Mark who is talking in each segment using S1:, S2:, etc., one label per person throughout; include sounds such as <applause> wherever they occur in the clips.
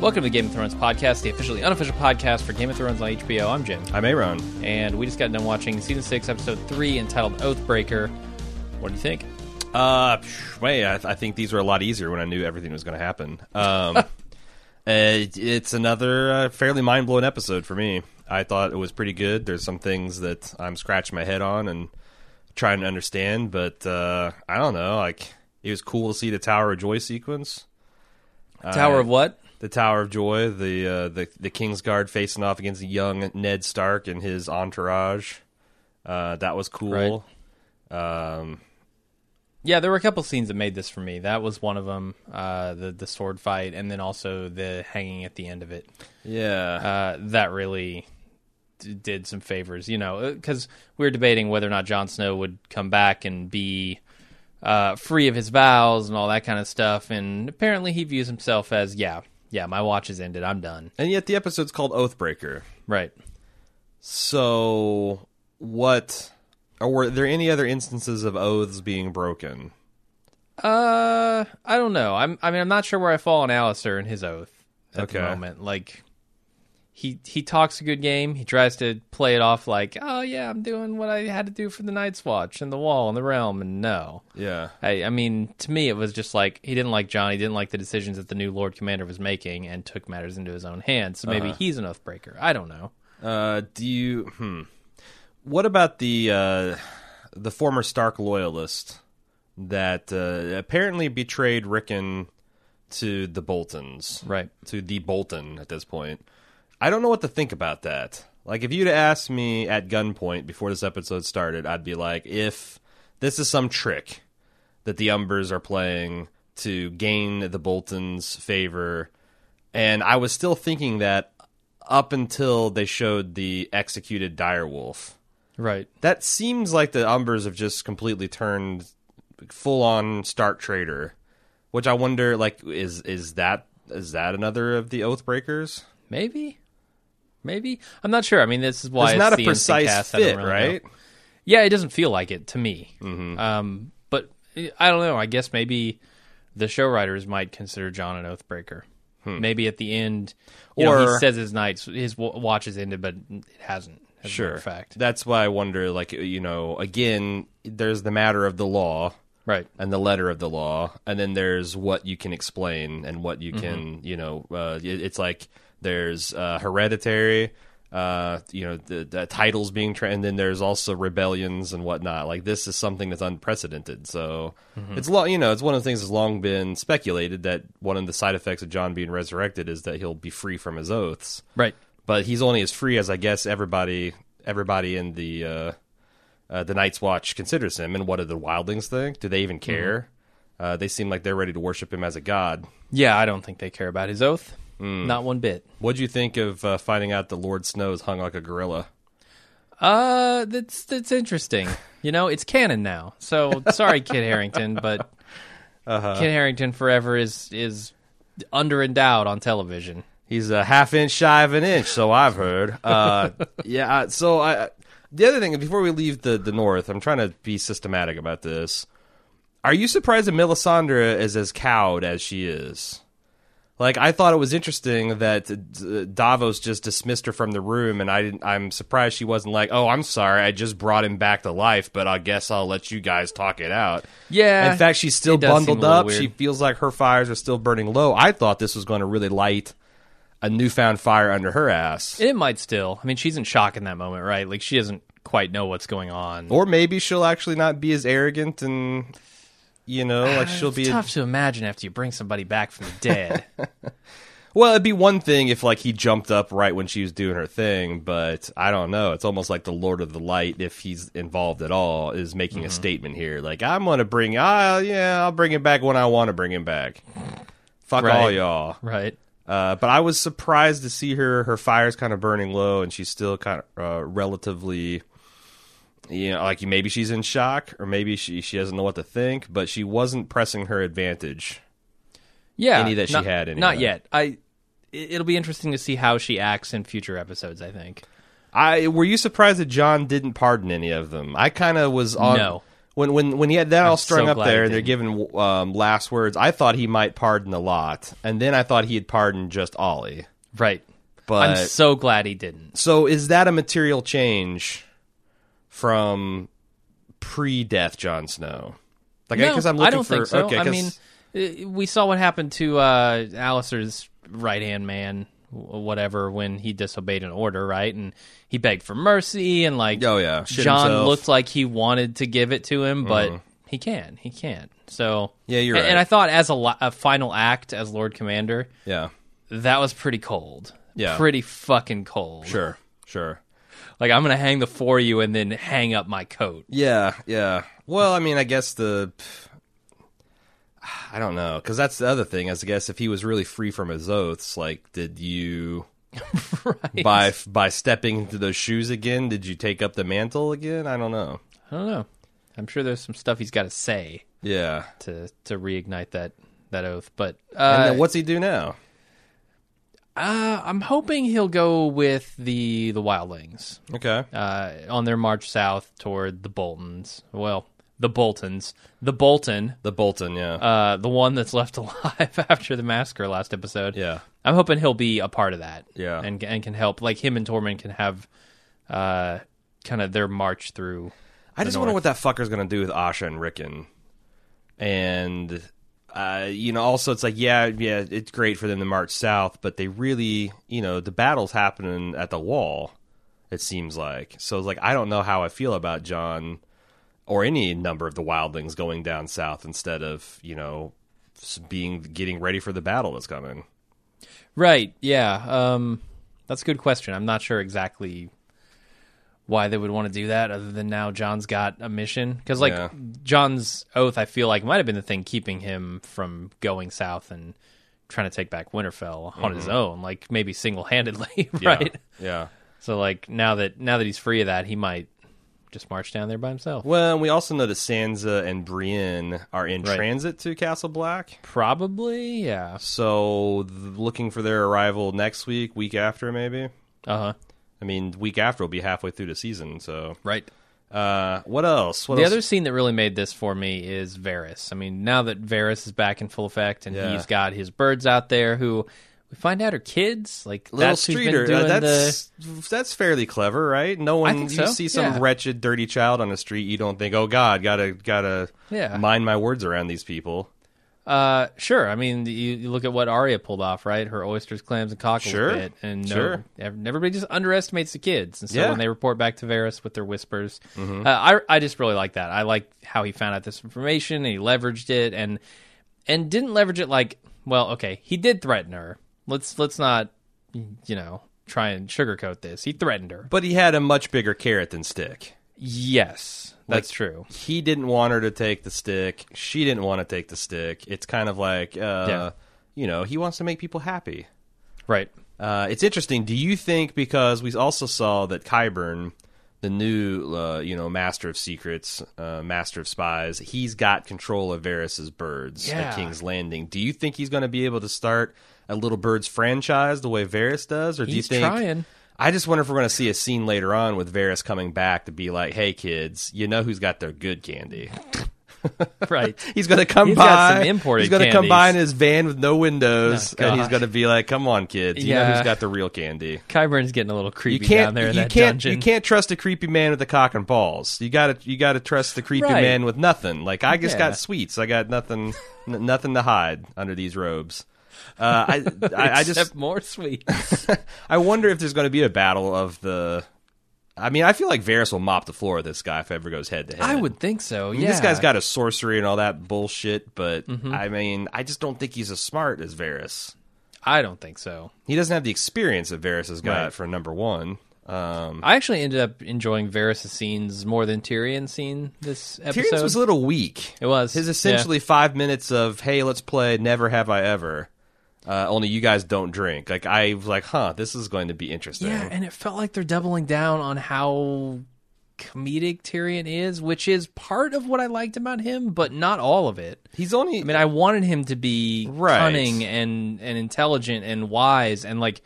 S1: Welcome to the Game of Thrones podcast, the officially unofficial podcast for Game of Thrones on HBO. I'm Jim,
S2: I'm Aaron.
S1: and we just got done watching season six, episode three, entitled Oathbreaker. What do you think?
S2: Uh, phew, wait, I, I think these were a lot easier when I knew everything was going to happen. Um, <laughs> uh, it- it's another uh, fairly mind blowing episode for me. I thought it was pretty good. There's some things that I'm scratching my head on and trying to understand, but uh, I don't know. Like, it was cool to see the Tower of Joy sequence.
S1: Tower of what?
S2: the Tower of Joy, the uh, the the King's Guard facing off against young Ned Stark and his entourage. Uh, that was cool. Um,
S1: Yeah, there were a couple scenes that made this for me. That was one of them, uh, the the sword fight, and then also the hanging at the end of it.
S2: yeah,
S1: Uh, that really d- did some favors, you know, because we were debating whether or not Jon Snow would come back and be uh, free of his vows and all that kind of stuff. And apparently, he views himself as, yeah, yeah, my watch is ended. I'm done.
S2: and yet the episode's called Oathbreaker.
S1: Right.
S2: So, what? Or were there any other instances of oaths being broken?
S1: Uh, I don't know. I'm. I mean, I'm not sure where I fall on Alistair and his oath at the
S2: Okay.
S1: moment. Like, he he talks a good game. He tries to play it off like, oh yeah, I'm doing what I had to do for the Night's Watch and the Wall and the Realm. And no,
S2: Yeah,
S1: I, I mean, to me, it was just like he didn't like John. He didn't like the decisions that the new Lord Commander was making and took matters into his own hands. So
S2: Uh-huh.
S1: maybe he's an oath breaker. I don't know.
S2: Uh, do you? Hmm. What about the uh, the former Stark loyalist that uh, apparently betrayed Rickon to the Boltons?
S1: Right.
S2: To the Bolton at this point. I don't know what to think about that. Like, if you'd asked me at gunpoint before this episode started, I'd be like, if this is some trick that the Umbers are playing to gain the Boltons' favor, and I was still thinking that up until they showed the executed direwolf.
S1: Right.
S2: That seems like the Umbers have just completely turned full on Stark traitor, which I wonder like is is that is that another of the Oathbreakers?
S1: Maybe. Maybe. I'm not sure. I mean, this is why
S2: It's not a
S1: the instant
S2: precise
S1: cast. I don't
S2: fit,
S1: really know.
S2: right? Mm-hmm.
S1: Yeah, it doesn't feel like it to me. Um, but I don't know. I guess maybe the show writers might consider John an oathbreaker. Maybe at the end, or he
S2: Hmm. Or-
S1: says his nights, his wa- watch is ended, but it hasn't. as a matter
S2: Sure.
S1: of fact,
S2: That's why I wonder like you know, again, there's the matter of the law
S1: right?
S2: and the letter of the law, and then there's what you can explain and what you can, you know, uh, it- it's like there's uh, hereditary, uh, you know, the, the titles being, tra- and then there's also rebellions and whatnot. Like this is something that's unprecedented. So it's long, you know, it's one of the things that's long been speculated that one of the side effects of John being resurrected is that he'll be free from his oaths
S1: Right.
S2: but he's only as free as I guess everybody everybody in the uh, uh, the Night's Watch considers him. And what do the Wildlings think? Do they even care? Uh, they seem like they're ready to worship him as a god.
S1: Yeah, I don't think they care about his oath.
S2: Hmm.
S1: Not one bit.
S2: What'd you think of uh, finding out that Lord Snow is hung like a gorilla?
S1: Uh, that's that's
S2: <laughs>
S1: interesting. you know, it's canon now. So sorry, Kid Harrington,
S2: <laughs>
S1: but
S2: Uh-huh.
S1: Kid Harrington forever is is under endowed on television.
S2: He's a half inch shy of an inch, so I've heard. Uh, yeah, I- so I. I- The other thing, before we leave the, the North, I'm trying to be systematic about this. Are you surprised that Melisandre is as cowed as she is? Like, I thought it was interesting that uh, Davos just dismissed her from the room, and I didn't, I'm surprised she wasn't like, oh, I'm sorry, I just brought him back to life, but I guess I'll let you guys talk it out.
S1: Yeah.
S2: In fact, she's still
S1: it does seem a
S2: bundled
S1: little
S2: up.
S1: weird.
S2: She feels like her fires are still burning low. I thought this was going to really light a newfound fire under her ass.
S1: It might still. I mean, she's in shock in that moment, right? Like she doesn't quite know what's going on.
S2: or maybe she'll actually not be as arrogant and, you know, like
S1: Ah,
S2: she'll
S1: It's
S2: be.
S1: tough to imagine after you bring somebody back from the
S2: <laughs>
S1: dead.
S2: well, it'd be one thing if, like, he jumped up right when she was doing her thing, but I don't know. It's almost like the Lord of the Light, if he's involved at all, is making
S1: Mm-hmm.
S2: a statement here. Like, I'm going to bring. Ah, yeah, I'll bring him back when I want to bring him back. Fuck all
S1: Right.
S2: y'all.
S1: right.
S2: Uh, but I was surprised to see her her fire's kind of burning low, and she's still kind of uh, relatively, you know, like maybe she's in shock or maybe she she doesn't know what to think. But she wasn't pressing her advantage.
S1: Yeah.
S2: Any that she
S1: not-
S2: had, anyway.
S1: Not yet. I it- it'll be interesting to see how she acts in future episodes, I think.
S2: I were you surprised that John didn't pardon any of them? I kind of was on.
S1: No.
S2: when when when he had that all strung
S1: so
S2: up
S1: glad
S2: there
S1: he
S2: and they're giving um, last words, I thought he might pardon a lot, and then I thought he had pardoned just Ollie.
S1: Right.
S2: But
S1: I'm so glad he didn't.
S2: so is that a material change from pre-death Jon Snow? Like
S1: No,
S2: because I'm looking
S1: I don't
S2: for
S1: think so.
S2: okay,
S1: I
S2: 'cause-
S1: mean, uh, we saw what happened to uh, Alistair's right hand man, w- whatever, when he disobeyed an order, right? And he begged for mercy, and like,
S2: Oh, yeah. Shit
S1: John
S2: himself. Mm.
S1: looked like he wanted to give it to him, but he can, he can't. So
S2: Yeah, you're
S1: and, and
S2: right.
S1: I thought as a, li- a final act as Lord Commander,
S2: yeah,
S1: that was pretty cold.
S2: Yeah.
S1: pretty fucking cold.
S2: sure, sure.
S1: Like I'm gonna hang the for you and then hang up my coat. <laughs>
S2: Yeah, yeah. Well, I mean, I guess the <sighs> I don't know because that's the other thing. Is I guess if he was really free from his oaths, like,
S1: <laughs>
S2: did you
S1: Right.
S2: by by stepping into those shoes again? Did you take up the mantle again? I don't know.
S1: I don't know. I'm sure there's some stuff he's got to say.
S2: Yeah.
S1: to to reignite that that oath. But
S2: And
S1: uh,
S2: then what's he do now?
S1: uh, I'm hoping he'll go with the the wildlings
S2: Okay.
S1: uh, on their march south toward the Boltons. Well, the Boltons, the Bolton,
S2: The Bolton. Yeah.
S1: uh, the one that's left <laughs> alive after the massacre last episode.
S2: yeah.
S1: I'm hoping he'll be a part of that.
S2: Yeah.
S1: and and can help. Like him and Tormund can have uh, kind of their march through.
S2: I just wonder what that fucker's gonna do with Asha and Rickon. And uh, you know, also it's like, yeah, yeah, it's great for them to march south, but they really, you know, the battle's happening at the wall. It seems like so. It's like I don't know how I feel about John or any number of the wildlings going down south instead of you know s- being getting ready for the battle that's coming.
S1: Right. Yeah. Um, that's a good question. I'm not sure exactly why they would want to do that, other than now John's got a mission. Because like
S2: Yeah.
S1: John's oath, I feel like might have been the thing keeping him from going south and trying to take back Winterfell on his own, like maybe single <laughs> handedly, <laughs> right?
S2: Mm-hmm. Yeah.
S1: So like now that now that he's free of that, he might just march down there by himself.
S2: Well, and we also know that Sansa and Brienne are in
S1: Right.
S2: transit to Castle Black.
S1: Probably, yeah.
S2: So th- looking for their arrival next week, week after maybe.
S1: Uh huh.
S2: I mean, week after will be halfway through the season. So,
S1: Right.
S2: uh, what else? What
S1: The
S2: else?
S1: other scene that really made this for me is Varys. I mean, now that Varys is back in full effect and
S2: Yeah.
S1: he's got his birds out there who we find out are kids, like
S2: Little
S1: that's who's been
S2: Streeter.
S1: doing
S2: uh, that's that's fairly clever, right? No one
S1: think
S2: you
S1: so,
S2: see some
S1: yeah.
S2: wretched, dirty child on the street, you don't think, oh God, gotta gotta
S1: Yeah.
S2: mind my words around these people.
S1: the uh sure. I mean, you, you look at what Arya pulled off, right? Her oysters, clams and cockles
S2: Sure,
S1: bit and no,
S2: sure.
S1: ev- everybody just underestimates the kids. And so
S2: Yeah. Mm-hmm.
S1: when they report back to Varys with their whispers, uh, I I just really like that. I like how he found out this information and he leveraged it and and didn't leverage it like well okay he did threaten her let's let's not you know try and sugarcoat this he threatened her
S2: But he had a much bigger carrot than stick.
S1: yes that's true
S2: He didn't want her to take the stick. She didn't want to take the stick. It's kind of like, uh,
S1: Yeah.
S2: you know, he wants to make people happy.
S1: right
S2: Uh, it's interesting. Do you think because we also saw that Kyburn, the new uh, you know master of secrets, uh, master of spies, he's got control of Varys's birds
S1: Yeah.
S2: at King's Landing. Do you think he's going to be able to start a little birds franchise the way Varys does, or do you
S1: He's
S2: think?
S1: trying.
S2: I just wonder if we're going to see a scene later on with Varys coming back to be like, "Hey kids, you know who's got their good candy." <laughs>
S1: right
S2: He's gonna come
S1: He's
S2: by.
S1: got some imported
S2: he's gonna
S1: candies.
S2: come by in his van with no windows,
S1: Oh,
S2: and he's
S1: God.
S2: gonna be like, "Come on, kids, you know
S1: Yeah.
S2: who's got the real candy."
S1: Kyburn's getting a little creepy
S2: You can't.
S1: down there in
S2: you
S1: that
S2: can't.
S1: dungeon
S2: You can't trust a creepy man with a cock and balls. You gotta. You gotta trust the creepy
S1: Right.
S2: man with nothing. Like I just
S1: Yeah.
S2: got sweets. I got nothing. n- nothing to hide under these robes. Uh,
S1: <laughs>
S2: I, I, I just.
S1: Except more sweet
S2: I wonder if there's going to be a battle of the. I mean, I feel like Varys will mop the floor with this guy if ever goes head to head.
S1: i would think so yeah Mm-hmm.
S2: This guy's got a sorcery and all that bullshit, but I mean, I just don't think he's as smart as Varys.
S1: i don't think so
S2: He doesn't have the experience that Varys has got
S1: Right.
S2: for number one. Um,
S1: i actually ended up enjoying Varys' scenes more than Tyrion's scene this episode
S2: Tyrion's was a little weak.
S1: it was
S2: His
S1: Yeah.
S2: essentially five minutes of "Hey, let's play Never Have I Ever," uh, only you guys don't drink. Like I was like, "Huh, this is going to be interesting."
S1: Yeah, and it felt like they're doubling down on how comedic Tyrion is, which is part of what I liked about him, but not all of it.
S2: He's only.
S1: I mean, I wanted him to be
S2: Right.
S1: cunning and and intelligent and wise and like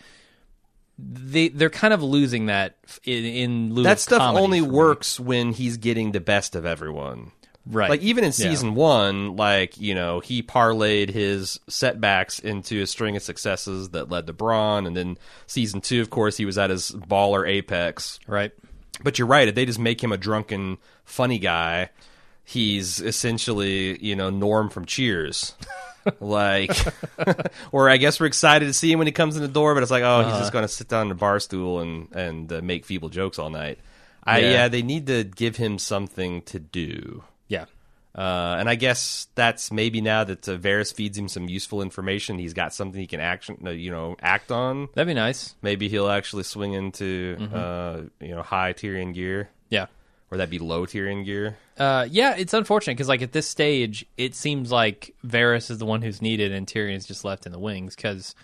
S1: they they're kind of losing that in, in lieu
S2: that
S1: of
S2: stuff
S1: comedy
S2: only
S1: for me.
S2: works when he's getting the best of everyone.
S1: Right.
S2: Like e even in
S1: Yeah.
S2: season one, like you know, he parlayed his setbacks into a string of successes that led to Braun, and then season two, of course, he was at his baller apex.
S1: Right.
S2: But you're right; if they just make him a drunken, funny guy, he's essentially you know Norm from Cheers. like, <laughs> or I guess we're excited to see him when he comes in the door, but it's like, oh, he's just going to sit down on the bar stool and and uh, make feeble jokes all night. I
S1: Yeah.
S2: yeah, they need to give him something to do.
S1: Yeah.
S2: Uh, and I guess that's maybe now that uh, Varys feeds him some useful information, he's got something he can action, no, you know, act on.
S1: That'd be nice.
S2: Maybe he'll actually swing into, uh, you know, high Tyrion gear,
S1: Yeah.
S2: or that be low Tyrion gear.
S1: Uh, yeah, it's unfortunate because like at this stage, it seems like Varys is the one who's needed, and Tyrion's just left in the wings because,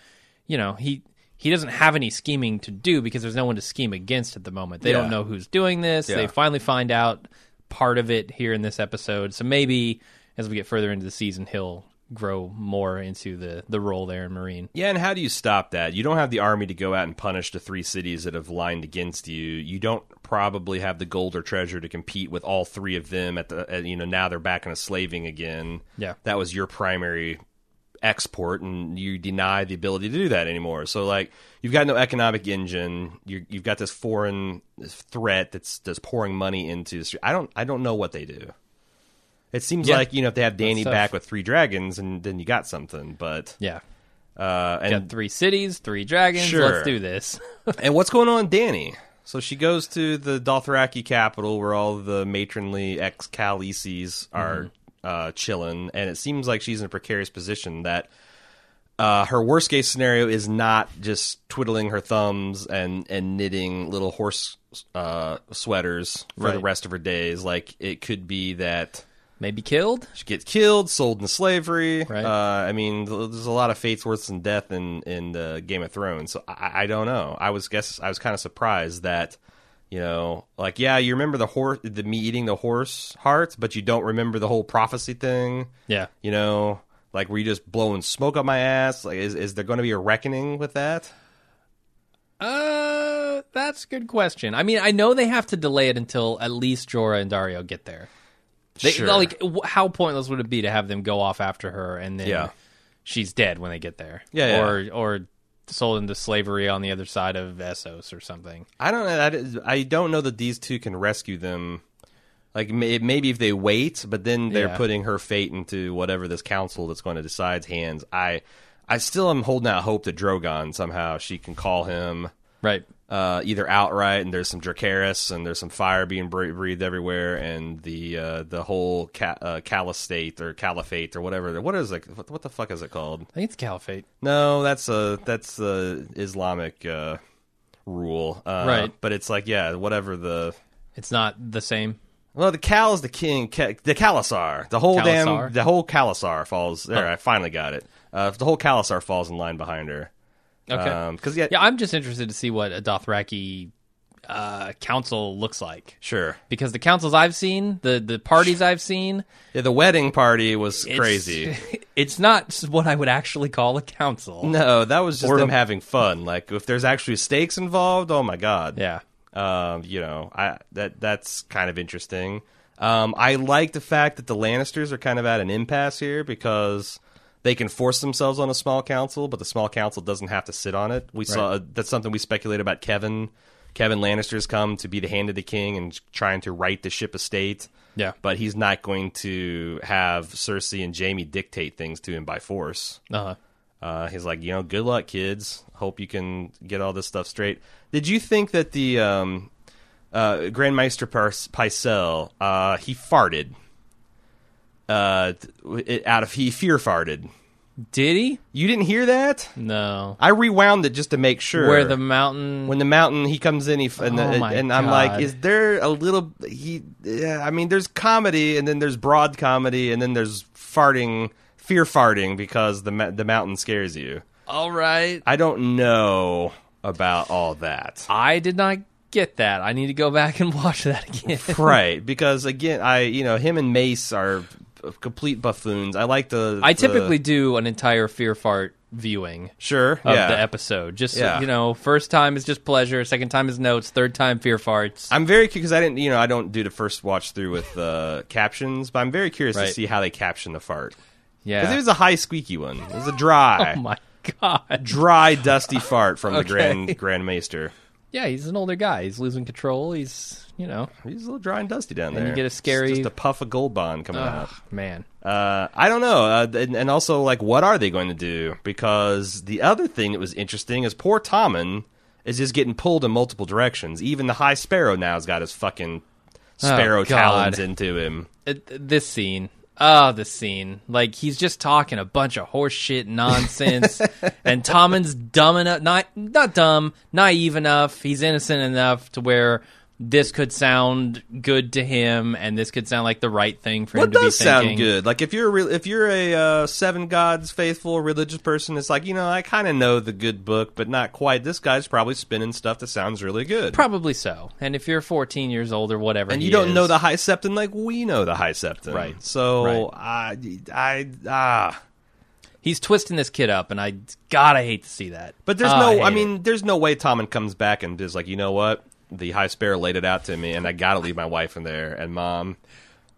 S1: you know, he he doesn't have any scheming to do because there's no one to scheme against at the moment. They
S2: Yeah.
S1: don't know who's doing this.
S2: Yeah.
S1: They finally find out part of it here in this episode, so maybe as we get further into the season, he'll grow more into the the role there in Marine.
S2: Yeah, and how do you stop that? You don't have the army to go out and punish the three cities that have lined against you. You don't probably have the gold or treasure to compete with all three of them at the at, you know now they're back into slaving again.
S1: Yeah.
S2: That was your primary export and you deny the ability to do that anymore. So like you've got no economic engine. You you've got this foreign threat that's that's pouring money into the street. I don't I don't know what they do. It seems
S1: Yeah.
S2: like, you know, if they have Danny
S1: tough.
S2: back with three dragons and then you got something, but
S1: Yeah,
S2: uh and
S1: got three cities, three dragons.
S2: Sure.
S1: Let's do this. <laughs>
S2: And what's going on, Danny? So she goes to the Dothraki capital where all the matronly ex Khaleesi's are uh, chilling, and it seems like she's in a precarious position that uh, her worst case scenario is not just twiddling her thumbs and, and knitting little horse uh, sweaters for the
S1: Right.
S2: rest of her days. Like, it could be that
S1: Maybe killed.
S2: she gets killed, sold into slavery.
S1: Right.
S2: Uh, I mean, th- there's a lot of fates worse than death in in uh, Game of Thrones. So I, I don't know. I was guess I was kind of surprised that you know, like yeah, you remember the horse, the me eating the horse heart, but you don't remember the whole prophecy thing.
S1: Yeah.
S2: You know, like were you just blowing smoke up my ass? Like, is is there going to be a reckoning with that?
S1: Uh, that's a good question. I mean, I know they have to delay it until at least Jorah and Dario get there. They,
S2: Sure.
S1: Like, w- how pointless would it be to have them go off after her and then
S2: Yeah.
S1: she's dead when they get there?
S2: Yeah, yeah.
S1: or or sold into slavery on the other side of Essos or something.
S2: I don't know. That is, I don't know that these two can rescue them. Like may, maybe if they wait, but then they're
S1: Yeah.
S2: putting her fate into whatever this council that's going to decide's hands. I, I still am holding out hope that Drogon somehow she can call him
S1: Right.
S2: uh, either outright, and there's some Dracaris, and there's some fire being bre- breathed everywhere, and the uh, the whole ca- uh, calistate or caliphate or whatever. What is it? What, what the fuck is it called?
S1: I think it's Caliphate.
S2: No, that's a that's a Islamic uh, rule, uh,
S1: Right.
S2: But it's like, yeah, whatever the
S1: It's not the same.
S2: well, the Cal is the king, Ca- the Kalasar, the whole damn,
S1: Khalasar?
S2: the whole Kalasar falls. There,
S1: Oh.
S2: I finally got it. Uh, the whole Kalasar falls in line behind her.
S1: Okay.
S2: because yeah,
S1: Uh, yeah, I'm just interested to see what a Dothraki uh, council looks like
S2: sure.
S1: because the councils I've seen, the the parties I've seen,
S2: Yeah, the wedding party was
S1: it's- <laughs>
S2: crazy. Mm.
S1: It's not what I would actually call a council.
S2: No, that was just
S1: Or
S2: them
S1: the-
S2: having fun. Like if there's actually stakes involved, oh my god.
S1: Yeah.
S2: um, you know, I that that's kind of interesting. Um, I like the fact that the Lannisters are kind of at an impasse here because they can force themselves on a small council, but the small council doesn't have to sit on it. We saw uh, that's something we speculated about Kevin. Kevin Lannister's come to be the hand of the king and trying to right the ship of state.
S1: Yeah.
S2: But he's not going to have Cersei and Jamie dictate things to him by force.
S1: Uh-huh.
S2: Uh, he's like, you know, good luck, kids. Hope you can get all this stuff straight. Did you think that the um, uh, Grandmeister Par- Pycelle, uh, he farted? Uh, th- it, out of he fear farted.
S1: Did he?
S2: You didn't hear that?
S1: No.
S2: I rewound it just to make sure.
S1: Where the mountain?
S2: when the mountain he comes in, he f- and, the-
S1: Oh my
S2: and I'm
S1: God.
S2: like, is there a little? He, yeah, I mean, there's comedy, and then there's broad comedy, and then there's farting, fear farting because the ma- the mountain scares you.
S1: All right.
S2: I don't know about all that.
S1: I did not get that. I need to go back and <laughs> watch that again.
S2: right, because again, I you know him and Mace are b- complete buffoons. I like the.
S1: I
S2: the-
S1: typically do an entire fear fart viewing
S2: Sure.
S1: of
S2: yeah.
S1: the episode. Just so-
S2: Yeah.
S1: you know, first time is just pleasure, second time is notes, third time fear farts.
S2: I'm very curious because I didn't, you know, I don't do the first watch through with uh, captions, but I'm very curious
S1: Right.
S2: to see how they caption the fart. Because
S1: yeah.
S2: it was a high squeaky one. It was a dry,
S1: <laughs> oh my god.
S2: dry, dusty fart
S1: <laughs>
S2: from
S1: Okay.
S2: the Grand Grand Maester.
S1: Yeah, he's an older guy. He's losing control. He's you know,
S2: He's a little dry and dusty down there.
S1: you get a
S2: It's
S1: scary-
S2: just a puff of gold bond coming out.
S1: Ugh, man.
S2: Uh, I don't know, uh, and, and also like, what are they going to do? Because the other thing that was interesting is poor Tommen is just getting pulled in multiple directions. Even the High Sparrow now has got his fucking sparrow
S1: God.
S2: talons into Oh, him.
S1: It- Uh, this scene. Oh, this scene. Like he's just talking a bunch of horse shit
S2: <laughs>
S1: nonsense and Tommen's dumb enough not not dumb, naive enough. He's innocent enough to where this could sound good to him and this could sound like the right thing for him
S2: What
S1: to
S2: does
S1: be thinking.
S2: sound good? Like if you're a real, if you're a uh, seven gods faithful religious person, it's like you know I kind of know the good book, but not quite. This guy's probably spinning stuff that sounds really good,
S1: Probably so. And if you're 14 years old or whatever,
S2: and you
S1: he
S2: don't
S1: is-
S2: know the high septon like we know the high septon,
S1: Right.
S2: So I I ah.
S1: he's twisting this kid up, and I God, I hate to see that.
S2: But there's
S1: Ah,
S2: no,
S1: hate
S2: I,
S1: it.
S2: mean, there's no way Tommen comes back and is like, you know what? The High Sparrow laid it out to me, and I got to leave my wife in there and mom.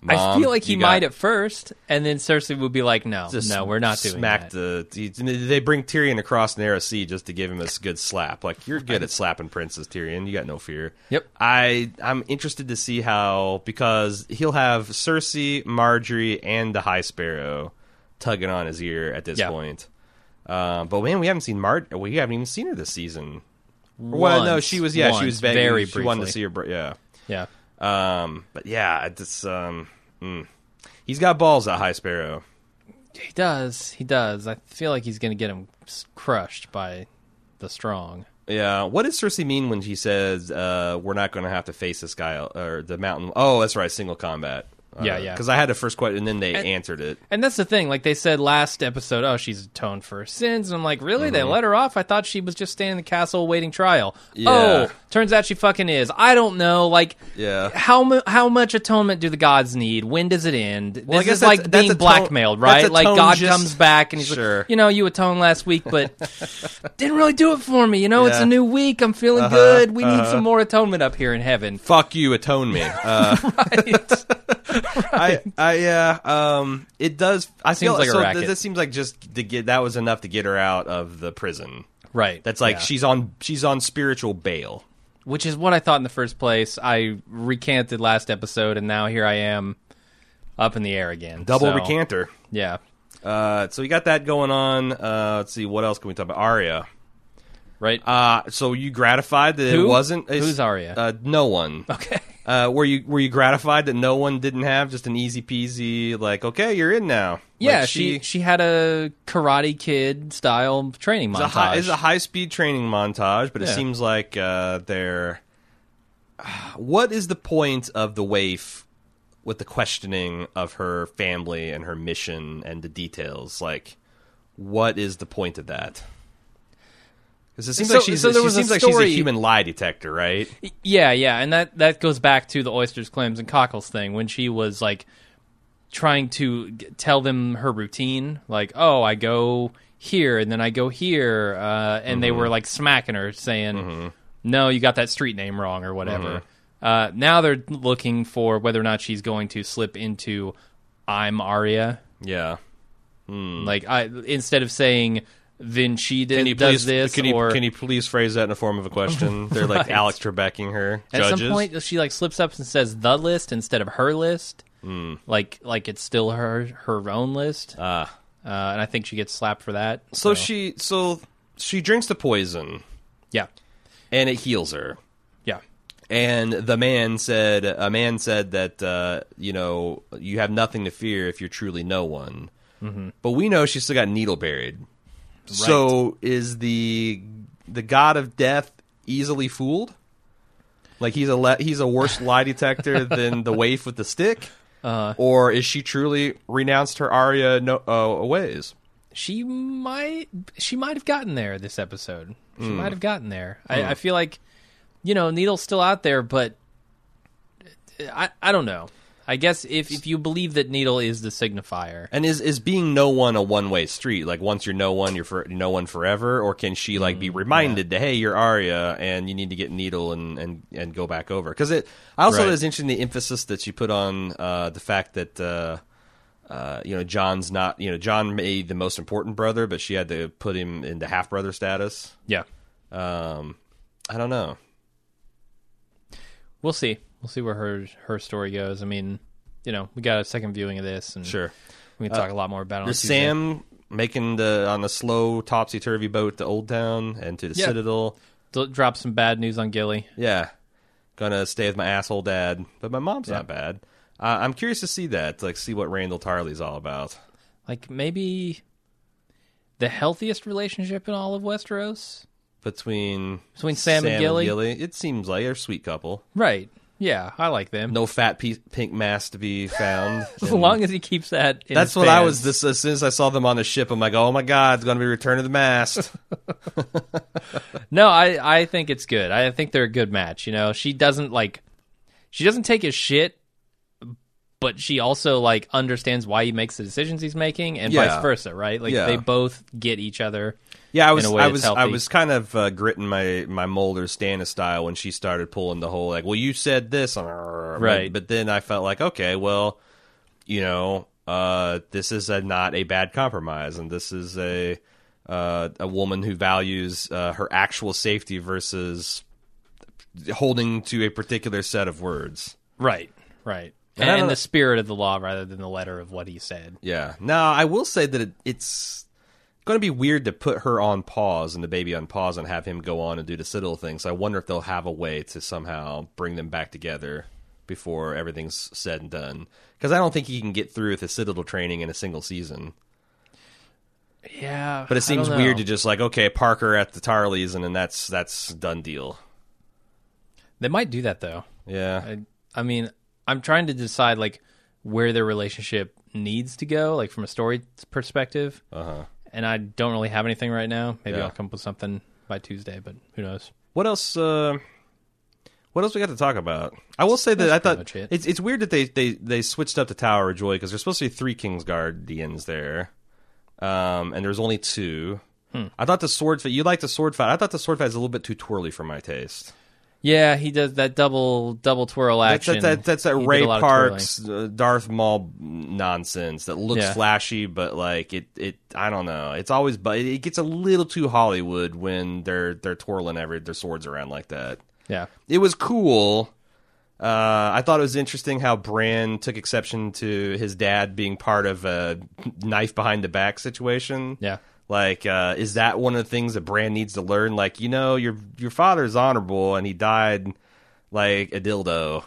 S1: I
S2: Mom,
S1: feel like he
S2: you got-
S1: might at first, and then Cersei would be like, "No,
S2: just
S1: no, we're not doing
S2: smack
S1: that."
S2: the. They bring Tyrion across Narrow Sea just to give him a s- good slap. Like you're good at slapping princes, Tyrion. You got no fear.
S1: Yep.
S2: I I'm interested to see how because he'll have Cersei, Marjorie, and the High Sparrow tugging on his ear at this
S1: Yeah.
S2: point. Uh, but man, we haven't seen Mar. We haven't even seen her this season. well, no,
S1: Once,
S2: she was. Yeah, she
S1: once,
S2: was begging.
S1: very
S2: she wanted to
S1: briefly.
S2: see her. br- Yeah.
S1: yeah,
S2: Um. But yeah, it's um. mm. He's got balls, that High Sparrow.
S1: he does. He does. I feel like he's going to get him s- crushed by the strong.
S2: Yeah. What does Cersei mean when she says uh, we're not going to have to face this guy or the mountain? Oh, that's right, single combat. Uh,
S1: Yeah, yeah.
S2: Because I had the first question and then they
S1: And-
S2: answered it.
S1: And that's the thing. Like they said last episode, oh, she's atoned for her sins. And I'm like, really? They let her off? I thought she was just staying in the castle waiting trial.
S2: Mm-hmm. Yeah.
S1: Oh, turns out she fucking is. I don't know. Like,
S2: Yeah.
S1: how mu- how much atonement do the gods need? When does it end?
S2: Well, I
S1: this
S2: guess
S1: is
S2: that's-
S1: like
S2: that's
S1: being
S2: atone-
S1: blackmailed,
S2: that's
S1: right? Like God
S2: atone just-
S1: comes back and he's
S2: Sure.
S1: like, you know, you atoned last week,
S2: <laughs>
S1: but didn't really do it for me. You know, it's
S2: Yeah. Uh-huh.
S1: a new week. I'm feeling good. We need some more atonement up here in heaven.
S2: Fuck you, atone me. Uh, <laughs>
S1: Right?
S2: I,
S1: <laughs>
S2: I, yeah. Um, it does. I
S1: Seems
S2: feel
S1: like a
S2: so th-
S1: racket.
S2: This seems like just to get that was enough to get her out of the prison.
S1: right.
S2: That's like
S1: Yeah.
S2: she's on she's on spiritual bail.
S1: which is what I thought in the first place. I recanted last episode, and now here I am, up in the air again.
S2: Double
S1: So,
S2: recanter.
S1: Yeah,
S2: Uh, so we got that going on. Uh, let's see what else can we talk about. Arya.
S1: right.
S2: Uh, so you gratified that
S1: Who?
S2: it wasn't? a-
S1: Who's Arya?
S2: Uh, no one.
S1: okay.
S2: Uh, were you were you gratified that no one didn't have just an easy peasy like okay you're in now?
S1: Yeah,
S2: Like,
S1: she, she had a Karate Kid style training
S2: it's a high,
S1: montage.
S2: it's a high speed training montage, but it
S1: Yeah.
S2: seems like uh, they're. <sighs> What is the point of the waif with the questioning of her family and her mission and the details? Like, what is the point of that? Because it seems
S1: So-
S2: like she's
S1: so there
S2: she
S1: was a
S2: seems like she's a
S1: story-
S2: human lie detector, right?
S1: yeah, yeah, and that that goes back to the oysters, clams, and cockles thing when she was like trying to g- tell them her routine, like, "Oh, I go here and then I go here," uh, and
S2: Mm-hmm.
S1: they were like smacking her, saying, "No, you got that street name wrong" or whatever.
S2: Mm-hmm.
S1: Uh, now they're looking for whether or not she's going to slip into "I'm Aria."
S2: Yeah.
S1: Like, I instead of saying "Then she did
S2: Mm. Can you
S1: does
S2: please
S1: this,"
S2: can you,
S1: or
S2: can you please phrase that in the form of
S1: <laughs>
S2: a question? They're like Alex Trebecking her.
S1: At
S2: Judges.
S1: some point, she like slips up and says the list instead of her list.
S2: Hmm.
S1: Like like it's still her her own list. Uh,
S2: Ah.
S1: and I think she gets slapped for that.
S2: so she so she drinks the poison
S1: yeah,
S2: and it heals her.
S1: yeah,
S2: And the man said a man said that uh, you know you have nothing to fear if you're truly no one. But we know she's still got needle buried. So is the the god of death easily fooled? Like he's a le- he's a worse lie detector than the waif with the stick, or is she truly renounced her Arya no uh, ways?
S1: she might she might have gotten there this episode. She
S2: Hmm.
S1: might have gotten there. I, I feel like you know needle's still out there, but I I don't know. I guess if, if you believe that Needle is the signifier,
S2: And is is being no one a one way street? Like once you're no one, you're for, no one forever. Or can she like
S1: Mm,
S2: be reminded that hey, you're Arya, and you need to get Needle and and, and go back over? Because it, I also
S1: Right.
S2: was interesting the emphasis that she put on uh, the fact that. Uh, uh, you know, John's not. You know, John made the most important brother, but she had to put him into half brother status.
S1: yeah,
S2: Um, I don't know.
S1: we'll see. We'll see where her her story goes. I mean, you know, we got a second viewing of this, and
S2: Sure.
S1: we can talk a lot more about it. on
S2: Is
S1: Tuesday.
S2: Uh, Sam making the on the slow topsy turvy boat to Old Town and to the
S1: Yeah.
S2: Citadel?
S1: D- drop some bad news on Gilly.
S2: Yeah. Gonna stay with my asshole dad, but my mom's not bad. Uh, I'm curious to see that, like, see what Randall Tarley's all about.
S1: Like maybe the healthiest relationship in all of Westeros
S2: Between
S1: between Sam, and Gilly.
S2: it seems like they're a sweet couple.
S1: Right? Yeah, I like them.
S2: No fat pe- pink mass to be found.
S1: <laughs> as
S2: And
S1: long as he keeps that. In
S2: that's
S1: his
S2: what I
S1: pants.
S2: was. This as soon as I saw them on the ship, I'm like, oh my god, it's gonna be Return of the Mast.
S1: No, I I think it's good. I think they're a good match. You know, she doesn't like, she doesn't take his shit, but she also like understands why he makes the decisions he's making, and
S2: Yeah.
S1: vice versa. Right? Like
S2: Yeah.
S1: they both get each other.
S2: Yeah, I
S1: in
S2: was,
S1: a way
S2: I
S1: that's
S2: was,
S1: healthy.
S2: I was kind of uh, gritting my my Mulder Stannis style when she started pulling the whole like, well, you said this,
S1: Right.
S2: But then I felt like, okay, well, you know, uh, this is a, not a bad compromise, and this is a uh, a woman who values uh, her actual safety versus holding to a particular set of words.
S1: Right. Right.
S2: And I
S1: And,
S2: don't-
S1: in the spirit of the law rather than the letter of what he said.
S2: Yeah. Now, I will say that it, it's going to be weird to put her on pause and the baby on pause and have him go on and do the Citadel thing. So I wonder if they'll have a way to somehow bring them back together before everything's said and done. Because I don't think he can get through with his Citadel training in a single season.
S1: Yeah.
S2: But it seems weird to just like, okay, Parker at the Tarleys, and then that's that's done deal.
S1: They might do that though.
S2: Yeah.
S1: I, I mean, I'm trying to decide like where their relationship needs to go, like from a story perspective. And I don't really have anything right now. Maybe
S2: Uh-huh. Yeah.
S1: I'll come up with something by Tuesday, but who knows?
S2: What else? Uh, what else we got to talk about? I will say that I thought
S1: pretty much it.
S2: it's it's weird that they they they switched up to Tower of Joy because there's supposed to be three Kingsguardians there, um, and there's only two.
S1: Hmm.
S2: I thought the sword fight. You like the sword fight. I thought the sword fight is a little bit too twirly for my taste.
S1: Yeah, he does that double double twirl
S2: That's
S1: action.
S2: that, that, that's that
S1: He did
S2: Ray
S1: a lot of
S2: Parks, uh, Darth Maul nonsense that looks
S1: Yeah.
S2: flashy, but like it it I don't know. It's always but it gets a little too Hollywood when they're they're twirling every their swords around like that.
S1: twirling.
S2: it was cool. Uh, I thought it was interesting how Bran took exception to his dad being part of a knife behind the back situation.
S1: Yeah.
S2: Like, uh, is that one of the things that Bran needs to learn? Like, you know, your your father's honorable and he died like a dildo.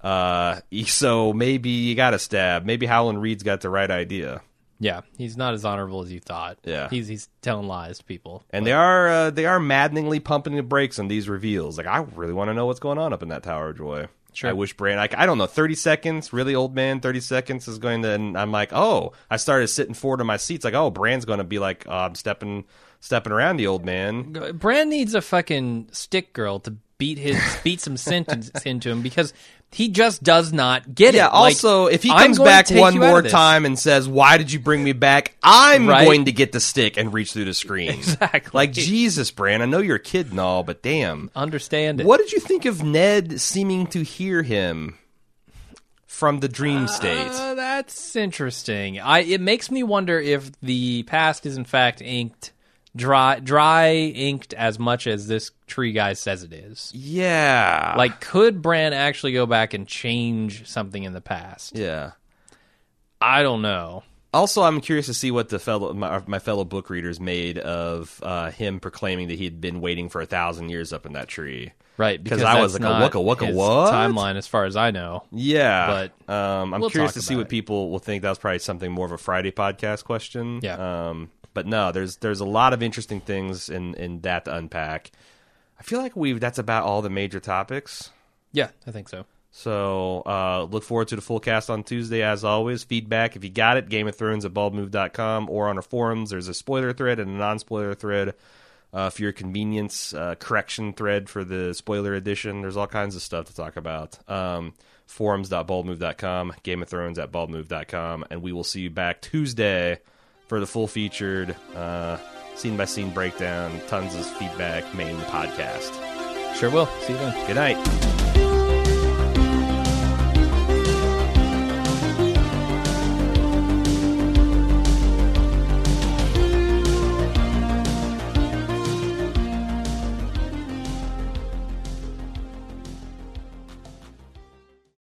S2: Uh, <laughs> so maybe you got to stab. Maybe Howland Reed's got the right idea.
S1: Yeah. Yeah. He's not as honorable as you thought.
S2: Yeah.
S1: He's he's telling lies to people.
S2: And they are uh, they are maddeningly pumping the brakes on these reveals. Like I really want to know what's going on up in that tower, Joy.
S1: Sure.
S2: I wish Brand. Like I don't know. Thirty seconds, really old man. Thirty seconds is going to. And I'm like, oh, I started sitting forward in my seats. Like, oh, Brand's going to be like, oh, I'm stepping stepping around the old man.
S1: Brand needs a fucking stick girl to beat his beat some
S2: <laughs>
S1: sentence into him because he just does not get it.
S2: Yeah.
S1: Like,
S2: Also, if he
S1: I'm
S2: comes
S1: going to
S2: back
S1: take
S2: one
S1: you out of
S2: more
S1: this.
S2: time and says, "Why did you bring me back?" I'm
S1: Right?
S2: going to get the stick and reach through the
S1: <laughs>
S2: screen.
S1: Exactly.
S2: Like Jesus, Brand. I know you're a kid and all, but damn.
S1: understand it.
S2: What did you think of Ned seeming to hear him from the dream state?
S1: Uh, that's interesting. I it makes me wonder if the past is in fact inked dry dry inked as much as this tree guy says it is.
S2: yeah.
S1: Like could Bran actually go back and change something in the past?
S2: yeah.
S1: I don't know.
S2: Also, I'm curious to see what the fellow my, my fellow book readers made of uh, him proclaiming that he'd been waiting for a thousand years up in that tree.
S1: Right,
S2: 'Cause
S1: because
S2: I was
S1: that's
S2: like, a
S1: not
S2: waka waka
S1: his
S2: what?
S1: timeline as far as I know.
S2: Yeah,
S1: But
S2: um, I'm
S1: we'll
S2: curious
S1: talk
S2: to see
S1: about
S2: what
S1: it.
S2: people will think. That was probably something more of a Friday podcast question.
S1: Yeah.
S2: Um, but no, there's there's a lot of interesting things in in that to unpack. I feel like we've that's about all the major topics.
S1: Yeah, I think so.
S2: So uh, look forward to the full cast on Tuesday as always. Feedback if you got it, Game of Thrones at baldmove.com or on our forums. There's a spoiler thread and a non spoiler thread. uh, for your convenience. Uh, correction thread for the spoiler edition. There's all kinds of stuff to talk about. Um, forums.baldmove.com, Game of Thrones at baldmove.com, and we will see you back Tuesday for the full featured uh, scene by scene breakdown, tons of feedback, main podcast.
S1: Sure will. See you then.
S2: Good night.